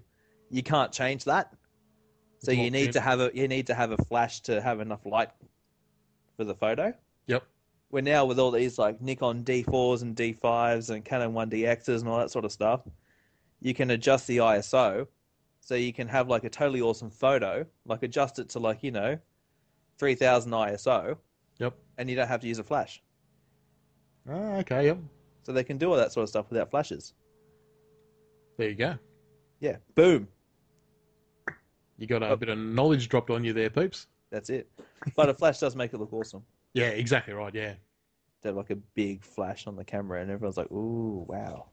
A: You can't change that. So you
B: Locked
A: need
B: in.
A: to have a you need to have a flash to have enough light for the photo
B: Yep.
A: we're now with all these like Nikon D4s and D5s and Canon 1DXs and all that sort of stuff, you can adjust the ISO so you can have like a totally awesome photo, like adjust it to like, you know, 3000 ISO.
B: Yep.
A: And you don't have to use a flash.
B: Ah, okay, yep.
A: So they can do all that sort of stuff without flashes.
B: There you go.
A: Yeah. Boom.
B: You got a
A: Oh.
B: bit of knowledge dropped on you there, peeps.
A: That's it. But a flash does make it look awesome.
B: Yeah, exactly right. Yeah.
A: They have like a big flash on the camera, and everyone's like, ooh, wow.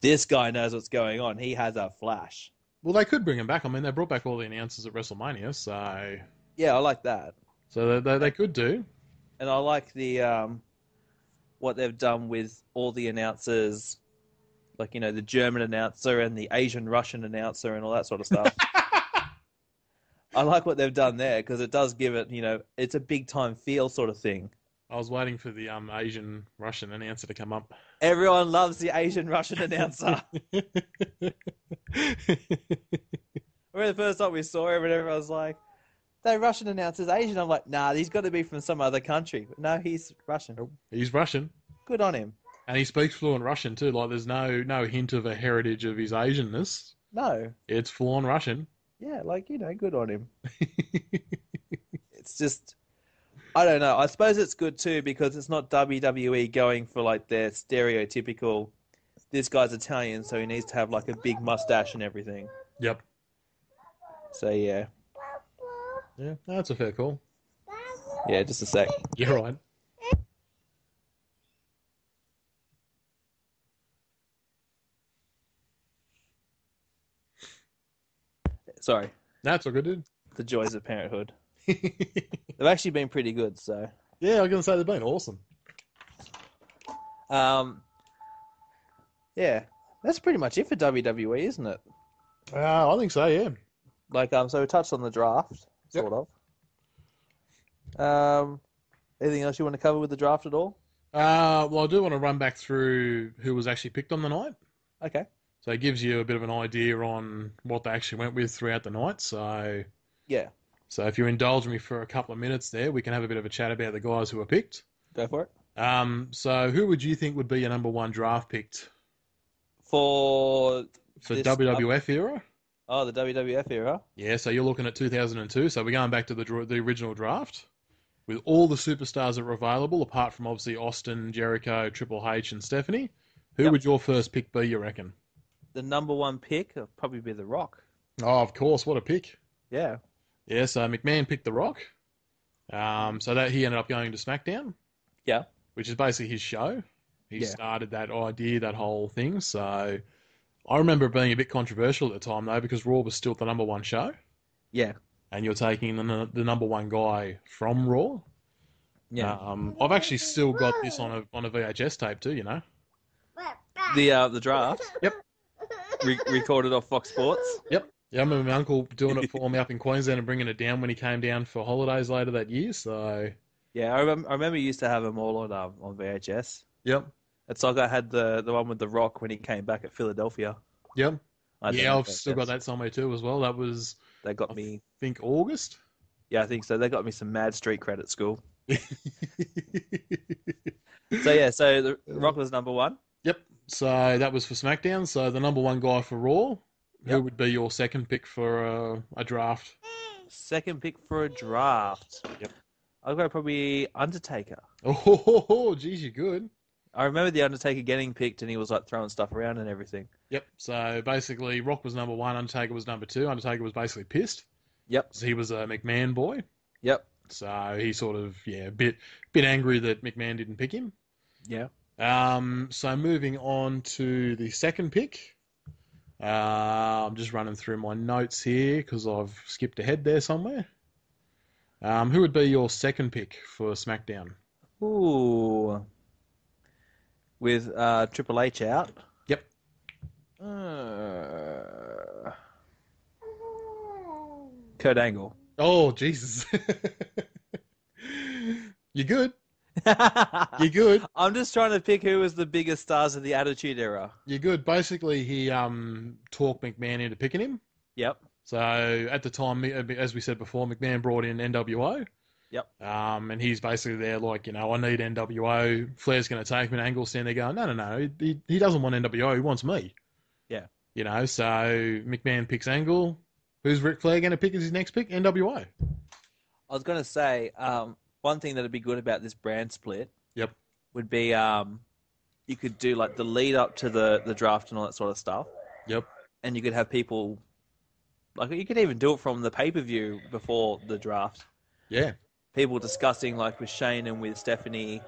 A: this guy knows what's going on. He has a flash.
B: Well, they could bring him back. I mean, they brought back all the announcers at WrestleMania, so
A: Yeah, I like that.
B: so they, they, they could do.
A: and I like the um, what they've done with all the announcers, like you know the German announcer and the Asian Russian announcer and all that sort of stuff. I like what they've done there because it does give it you know it's a big time feel sort of thing.
B: I was waiting for the um Asian Russian announcer to come up.
A: Everyone loves the Asian Russian announcer. I remember the first time we saw him, and everyone was like, "That Russian announcer's Asian." I'm like, "Nah, he's got to be from some other country." no, he's Russian.
B: He's Russian.
A: Good on him.
B: And he speaks fluent Russian too. Like there's no no hint of a heritage of his Asianness.
A: No,
B: It's full on Russian.
A: Yeah, like, you know, good on him. it's just, I don't know. I suppose it's good too because it's not WWE going for like their stereotypical, this guy's Italian, so he needs to have like a big mustache and everything.
B: Yep.
A: So, yeah.
B: Yeah, that's a fair call.
A: Yeah, just a sec.
B: You're right.
A: Sorry.
B: That's all good, dude.
A: The joys of parenthood. They've actually been pretty good, so.
B: yeah, I was gonna say they've been awesome.
A: Um, yeah. That's pretty much it for WWE, isn't it?
B: Uh, I think so. Yeah.
A: Like, um, so we touched on the draft,
B: Yep.
A: sort of. Um, anything else you want to cover with the draft at all?
B: Uh, well, I do want to run back through who was actually picked on the night.
A: Okay.
B: So it gives you a bit of an idea on what they actually went with throughout the night. So,
A: Yeah.
B: so if you indulge me for a couple of minutes there, we can have a bit of a chat about the guys who were picked.
A: Go for it.
B: Um, so who would you think would be your number one draft picked
A: For
B: for
A: This-
B: WWF era?
A: oh, the WWF era.
B: Yeah, so you're looking at 2002. So we're going back to the dra- the original draft with all the superstars that were available, apart from obviously Austin, Jericho, Triple H, and Stephanie. Who
A: Yep.
B: would your first pick be? You reckon?
A: The number one pick would probably be The Rock.
B: Oh, of course. What a pick.
A: Yeah.
B: Yeah, so McMahon picked The Rock. Um, so that he ended up going to SmackDown.
A: Yeah.
B: Which is basically his show. He
A: Yeah.
B: started that idea, that whole thing. So I remember it being a bit controversial at the time, though, because Raw was still the number one show.
A: Yeah.
B: And you're taking the, n- the number one guy from Raw.
A: Yeah.
B: Um, I've actually still got this on a on a VHS tape too. You know.
A: the uh, the draft
B: Yep.
A: re- recorded off Fox Sports.
B: Yep. Yeah, I remember my uncle doing it for me up in Queensland and bringing it down when he came down for holidays later that year. So.
A: Yeah, I, remem- I remember you used to have them all on um, on VHS.
B: Yep.
A: It's like I had the the one with The Rock when he came back at Philadelphia.
B: Yep.
A: I had them
B: yeah,
A: on
B: I've still got
A: VHS.
B: that somewhere too as well. That was,
A: They got me.
B: I think, August.
A: Yeah, I think so. They got me some mad street credit at school. So yeah, so the Rock was number one.
B: yep. So that was for SmackDown. So the number one guy for Raw. Who
A: Yep.
B: would be your second pick for uh, a draft?
A: Second pick for a draft.
B: Yep.
A: I'll go probably Undertaker.
B: Oh, ho, ho, ho, geez, you're good.
A: I remember the Undertaker getting picked, and he was like throwing stuff around and everything.
B: Yep. So basically, Rock was number one. Undertaker was number two. Undertaker was basically pissed.
A: Yep.
B: 'cause he was a McMahon boy.
A: Yep.
B: So he sort of yeah, a bit bit angry that McMahon didn't pick him.
A: Yeah.
B: Um, so moving on to the second pick. Uh, I'm just running through my notes here because I've skipped ahead there somewhere. Um, who would be your second pick for SmackDown?
A: Ooh. With uh, Triple H out.
B: Yep.
A: Uh, Kurt Angle.
B: Oh, Jesus. You're good. You're
A: I'm
B: good.
A: just trying to pick who was the biggest stars of the Attitude Era.
B: You're good. Basically, he um, talked McMahon into picking him.
A: Yep.
B: So at the time, as we said before, McMahon brought in NWO.
A: Yep.
B: Um, and he's basically there, like you know, I need NWO. Flair's going to take me. And Angle's standing there going, no, no, no. He, he doesn't want NWO. He wants me.
A: Yeah.
B: You know, so McMahon picks Angle. Who's Ric Flair going to pick as his next pick? NWO.
A: I was going to say um, one thing that'd be good about this brand split.
B: Yep.
A: Would be um, you could do like the lead up to the the draft and all that sort of stuff.
B: Yep.
A: And you could have people like you could even do it from the pay per view before the draft.
B: Yeah.
A: People discussing like with Shane and with Stephanie,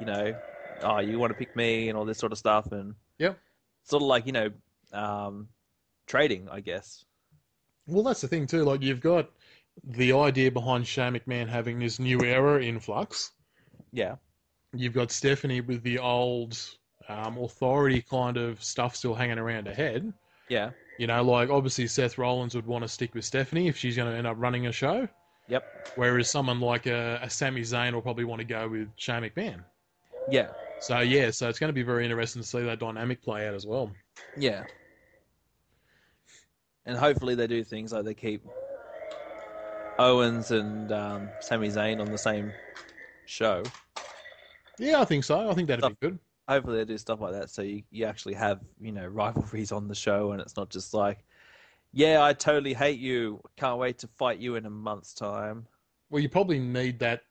A: you know, oh you want to pick me and all this sort of stuff and
B: Yep.
A: sort of like you know um, trading I guess.
B: Well, that's the thing too. Like you've got the idea behind Shane McMahon having this new era in flux.
A: Yeah.
B: You've got Stephanie with the old um, authority kind of stuff still hanging around her head.
A: Yeah.
B: You know, like obviously Seth Rollins would want to stick with Stephanie if she's going to end up running a show.
A: Yep.
B: Whereas someone like uh, a, a Sami Zayn will probably want to go with Shane McMahon.
A: Yeah.
B: So yeah, so it's going to be very interesting to see that dynamic play out as well.
A: Yeah. And hopefully they do things like they keep Owens and um, Sami Zayn on the same show.
B: Yeah, I think so. I think that'd be good.
A: Hopefully they do stuff like that so you, you actually have, you know, rivalries on the show and it's not just like, yeah, I totally hate you. Can't wait to fight you in a month's time.
B: Well, you probably need that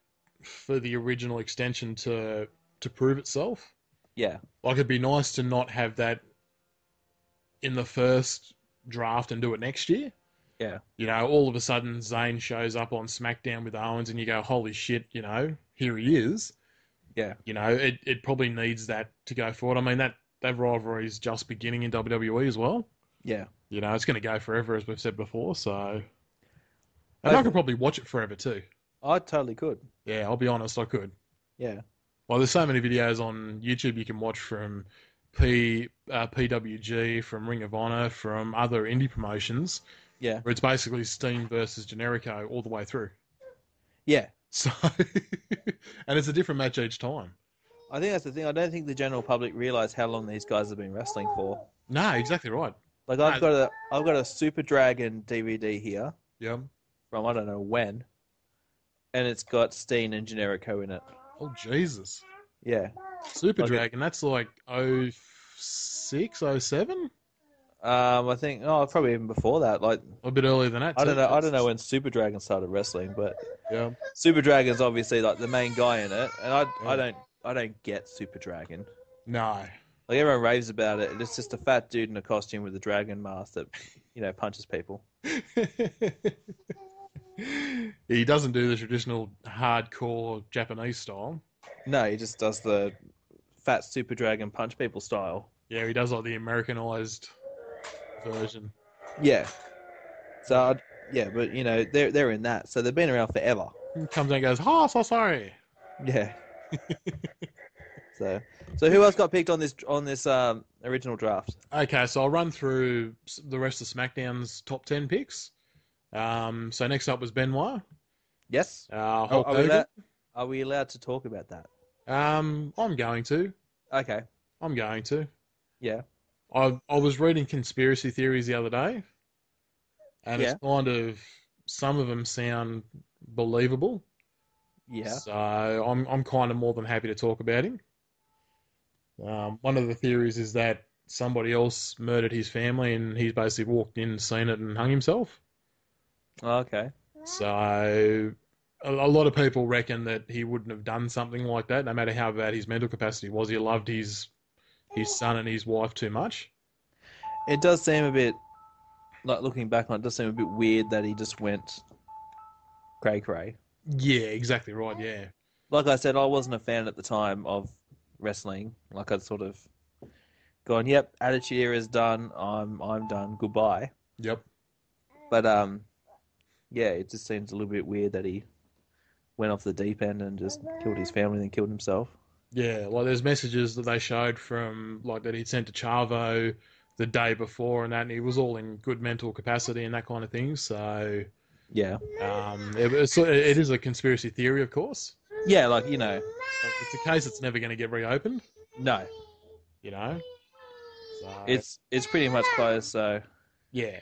B: for the original extension to to prove itself.
A: Yeah.
B: Like it'd be nice to not have that in the first draft and do it next year.
A: Yeah.
B: You know, all of a sudden Zayn shows up on SmackDown with Owens and you go, Holy shit, you know, here he is.
A: Yeah.
B: You know, it, it probably needs that to go forward. I mean that that rivalry is just beginning in WWE as well.
A: Yeah.
B: You know, it's gonna go forever as we've said before, so and I
A: I've-
B: could probably watch it forever too.
A: I totally could.
B: Yeah, I'll be honest, I could.
A: Yeah.
B: Well, there's so many videos on YouTube you can watch from P, uh, PWG, from Ring of Honor, from other indie promotions,
A: Yeah.
B: where it's basically Steam versus Generico all the way through.
A: Yeah.
B: So, and it's a different match each time.
A: I think that's the thing. I don't think the general public realize how long these guys have been wrestling for.
B: No, exactly right.
A: Like
B: No.
A: I've got a I've got a Super Dragon DVD here
B: Yeah.
A: from I don't know when, and it's got Steen and Generico in it.
B: Oh, Jesus.
A: Yeah,
B: Super
A: Okay.
B: Dragon, that's like 06, 07?
A: um, I think oh probably even before that. Like
B: A bit earlier than that.
A: I
B: too.
A: don't know I don't know when Super Dragon started wrestling, but
B: Yeah.
A: Super Dragon's obviously like the main guy in it, and I
B: Yeah.
A: I don't I don't get Super Dragon.
B: No.
A: Like everyone raves about it, and it's just a fat dude in a costume with a dragon mask that you know punches people.
B: he doesn't do the traditional hardcore Japanese style.
A: No, he just does the fat Super Dragon punch people style.
B: Yeah, he does like the Americanized version.
A: Yeah. So I'd, yeah, but you know they're they're in that, so they've been around forever.
B: He comes out and goes, "Oh, so sorry."
A: Yeah. so so who else got picked on this on this um, original draft?
B: Okay, so I'll run through s- the rest of SmackDown's top ten picks. Um, so next up was Benoit.
A: Yes.
B: Uh,
A: Are,
B: Hulk
A: are we
B: Hogan.
A: allowed, are we allowed to talk about that?
B: Um, I'm going to.
A: Okay.
B: I'm going to.
A: Yeah.
B: I I was reading conspiracy theories the other day, and
A: Yeah.
B: it's kind of some of them sound believable.
A: Yeah.
B: So I'm I'm kind of more than happy to talk about him. Um, one of the theories is that somebody else murdered his family, and he's basically walked in, seen it, and hung himself.
A: Okay.
B: So a, a lot of people reckon that he wouldn't have done something like that, no matter how bad his mental capacity was. He loved his his son and his wife too much.
A: It does seem a bit like looking back on it, it does seem a bit weird that he just went cray cray.
B: Yeah, exactly right. Yeah,
A: Like I said, I wasn't a fan at the time of wrestling. Like I'd sort of gone, "Yep, Attitude Era is done. I'm I'm done. Goodbye."
B: yep.
A: But um, yeah, it just seems a little bit weird that he went off the deep end and just killed his family and then killed himself.
B: Yeah, like there's messages that they showed from like that he'd sent to Chavo the day before and that and he was all in good mental capacity and that kind of thing. So
A: Yeah,
B: um, it, it's, it is a conspiracy theory, of course.
A: yeah, like you know,
B: It's a case that's never going to get reopened,
A: no,
B: you know. So,
A: it's it's pretty much closed. So
B: yeah,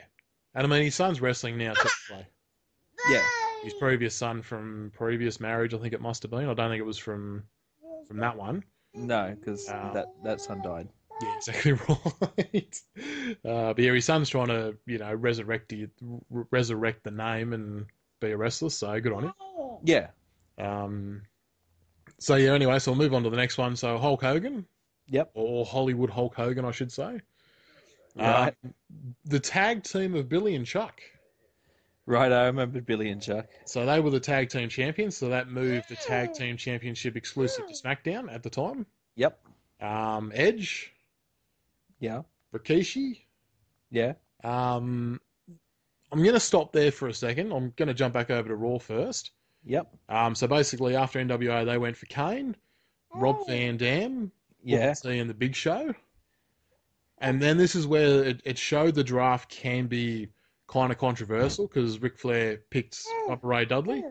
B: and I mean his son's wrestling now. Technically.
A: yeah,
B: His previous son from previous marriage, I think it must have been. I don't think it was from from that one.
A: no, because
B: Wow.
A: that that son died.
B: Yeah, exactly right. Uh, but yeah, his son's trying to, you know, resurrect the, r- resurrect the name and be a wrestler. So good on him.
A: Yeah.
B: Um, so yeah, anyway, so we'll move on to the next one. So Hulk Hogan.
A: Yep.
B: Or Hollywood Hulk Hogan, I should say.
A: Right.
B: Uh, the tag team of Billy and Chuck.
A: Right. I remember Billy and Chuck.
B: So they were the tag team champions. So that moved the tag team championship exclusive to SmackDown at the time.
A: Yep.
B: Um, Edge,
A: Yeah.
B: Rikishi.
A: Yeah.
B: Um, I'm going to stop there for a second. I'm going to jump back over to Raw first.
A: Yep.
B: Um, so basically, after NWO, they went for Kane, Rob Van Dam,
A: Yeah.
B: See in the Big Show. And then this is where it, it showed the draft can be kind of controversial because Ric Flair picked up Ray Dudley.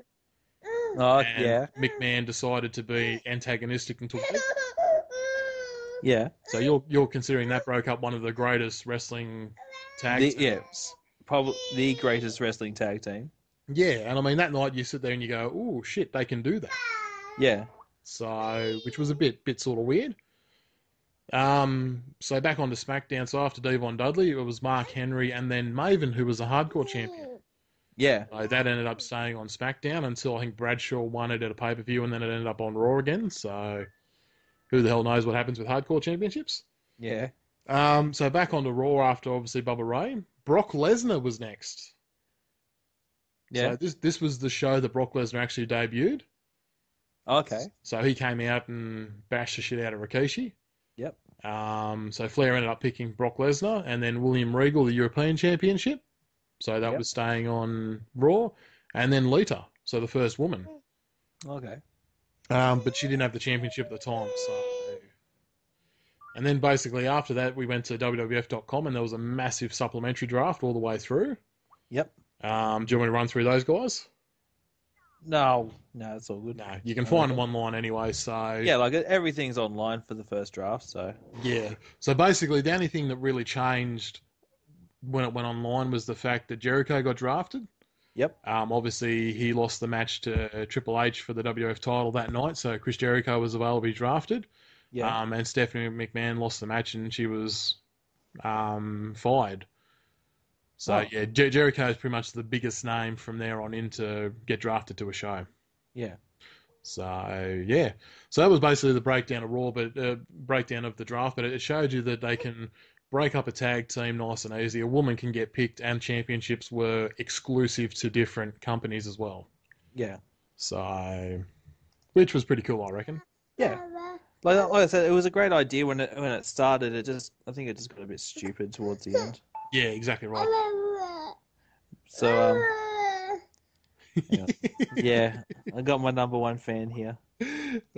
A: Oh
B: and
A: yeah.
B: McMahon decided to be antagonistic and took Mick.
A: Yeah.
B: So you're you're considering that broke up one of the greatest wrestling tag
A: The,
B: teams.
A: yeah. Probably the greatest wrestling tag team.
B: Yeah, and I mean that night you sit there and you go, "Oh shit, they can do that."
A: Yeah.
B: So, which was a bit bit sort of weird. Um, so back onto SmackDown. So after Devon Dudley, it was Mark Henry and then Maven, who was a hardcore champion.
A: Yeah.
B: So that ended up staying on SmackDown until I think Bradshaw won it at a pay per view, and then it ended up on Raw again. So, who the hell knows what happens with hardcore championships?
A: Yeah.
B: Um, so back onto Raw after obviously Bubba Ray. Brock Lesnar was next.
A: Yeah.
B: So this this was the show that Brock Lesnar actually debuted.
A: okay.
B: So he came out and bashed the shit out of Rikishi.
A: Yep.
B: Um, so Flair ended up picking Brock Lesnar and then William Regal, the European Championship. So that
A: Yep.
B: was staying on Raw. And then Lita, so the first woman.
A: Okay.
B: Um, but she didn't have the championship at the time. So. And then basically after that, we went to WWF.com and there was a massive supplementary draft all the way through.
A: Yep.
B: Um, do you want me to run through those guys?
A: No. No, it's all good.
B: No, you can find them online anyway. So
A: Yeah, like uh, everything's online for the first draft, so
B: Yeah. So basically, the only thing that really changed when it went online was the fact that Jericho got drafted.
A: Yep.
B: Um, obviously, he lost the match to Triple H for the WF title that night, so Chris Jericho was available to be drafted.
A: yeah.
B: Um, and Stephanie McMahon lost the match and she was um, fired. So,
A: Oh.
B: yeah, Jer- Jericho is pretty much the biggest name from there on in to get drafted to a show.
A: yeah.
B: So yeah, so that was basically the breakdown of Raw, but uh, breakdown of the draft. But it showed you that they can break up a tag team nice and easy. A woman can get picked, and championships were exclusive to different companies as well.
A: Yeah.
B: So, which was pretty cool, I reckon.
A: Yeah. Like, like I said, it was a great idea when it when it started. It just I think it just got a bit stupid towards the end.
B: Yeah, exactly right.
A: So um yeah, I got my number one fan here.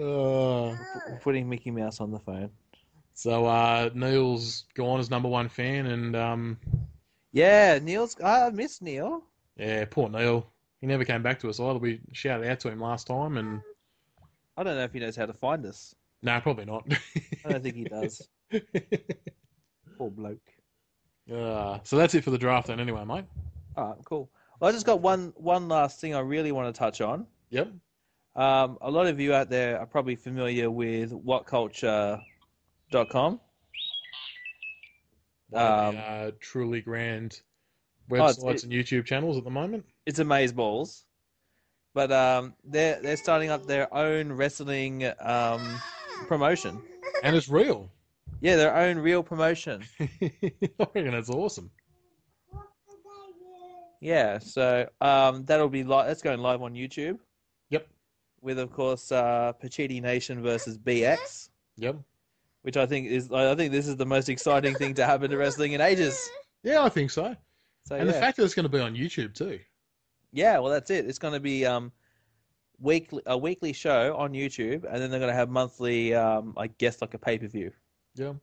A: Ah.
B: Uh,
A: I'm putting Mickey Mouse on the phone.
B: so uh, Neil's gone as number one fan, and um,
A: Yeah, Neil's I miss Neil.
B: yeah, poor Neil. He never came back to us either. We shouted out to him last time, and
A: I don't know if he knows how to find us.
B: no, probably not.
A: I don't think he does. Poor bloke.
B: Uh, so that's it for the draft then anyway, mate.
A: Alright, cool. Well, I just got one one last thing I really want to touch on.
B: Yep.
A: Um, a lot of you out there are probably familiar with whatculture.com.
B: One of
A: Um,
B: the, uh, truly grand
A: Oh, it's-
B: websites and YouTube channels at the moment.
A: it's amazeballs. But um, they're they're starting up their own wrestling um, promotion.
B: And it's real.
A: Yeah, their own real promotion.
B: I reckon that's awesome.
A: Yeah, so um, that'll be live. That's going live on YouTube.
B: Yep.
A: With of course uh, Pachiti Nation versus BX,
B: Yep.
A: which I think is I think this is the most exciting thing to happen to wrestling in ages.
B: Yeah, I think so.
A: So
B: and
A: yeah.
B: the fact that it's going to be on YouTube too.
A: Yeah, well, that's it. It's going to be um, weekly a weekly show on YouTube, and then they're going to have monthly, um, I guess, like a pay per view.
B: Yeah.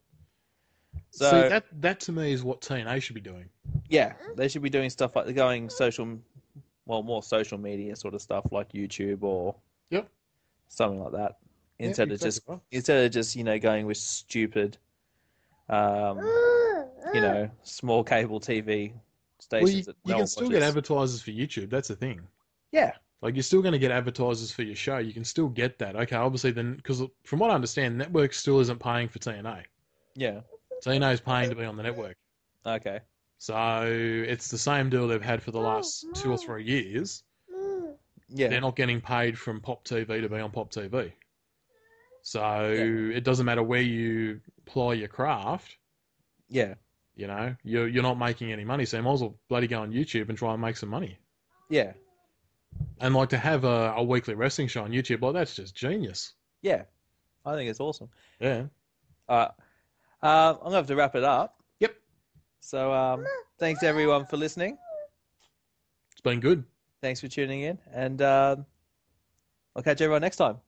A: So
B: See, that that to me is what TNA should be doing.
A: yeah, they should be doing stuff like they're going social, well, more social media sort of stuff like YouTube or
B: Yep.
A: something like that.
B: Yeah,
A: Instead of
B: exactly
A: just
B: right.
A: instead of just you know going with stupid, um, you know, small cable TV
B: Well, you,
A: stations that
B: you
A: no
B: can
A: one
B: still
A: watches.
B: get advertisers for YouTube. That's the thing.
A: yeah,
B: Like you're still going to get advertisers for your show. You can still get that. Okay, obviously then because from what I understand, network still isn't paying for TNA.
A: yeah,
B: TNA is paying to be on the network.
A: okay,
B: So it's the same deal they've had for the last two or three years.
A: Yeah.
B: They're not getting paid from Pop TV to be on Pop TV. So it doesn't matter where you ply your craft,
A: Yeah.
B: you know, you're, you're not making any money. So you might as well bloody go on YouTube and try and make some money.
A: Yeah.
B: And like to have a, a weekly wrestling show on YouTube, like that's just genius.
A: Yeah. I think it's awesome.
B: Yeah.
A: All right. Uh, I'm going to have to wrap it up.
B: Yep.
A: So um, thanks, everyone, for listening.
B: It's been good.
A: Thanks for tuning in. And uh, um, I'll catch everyone next time.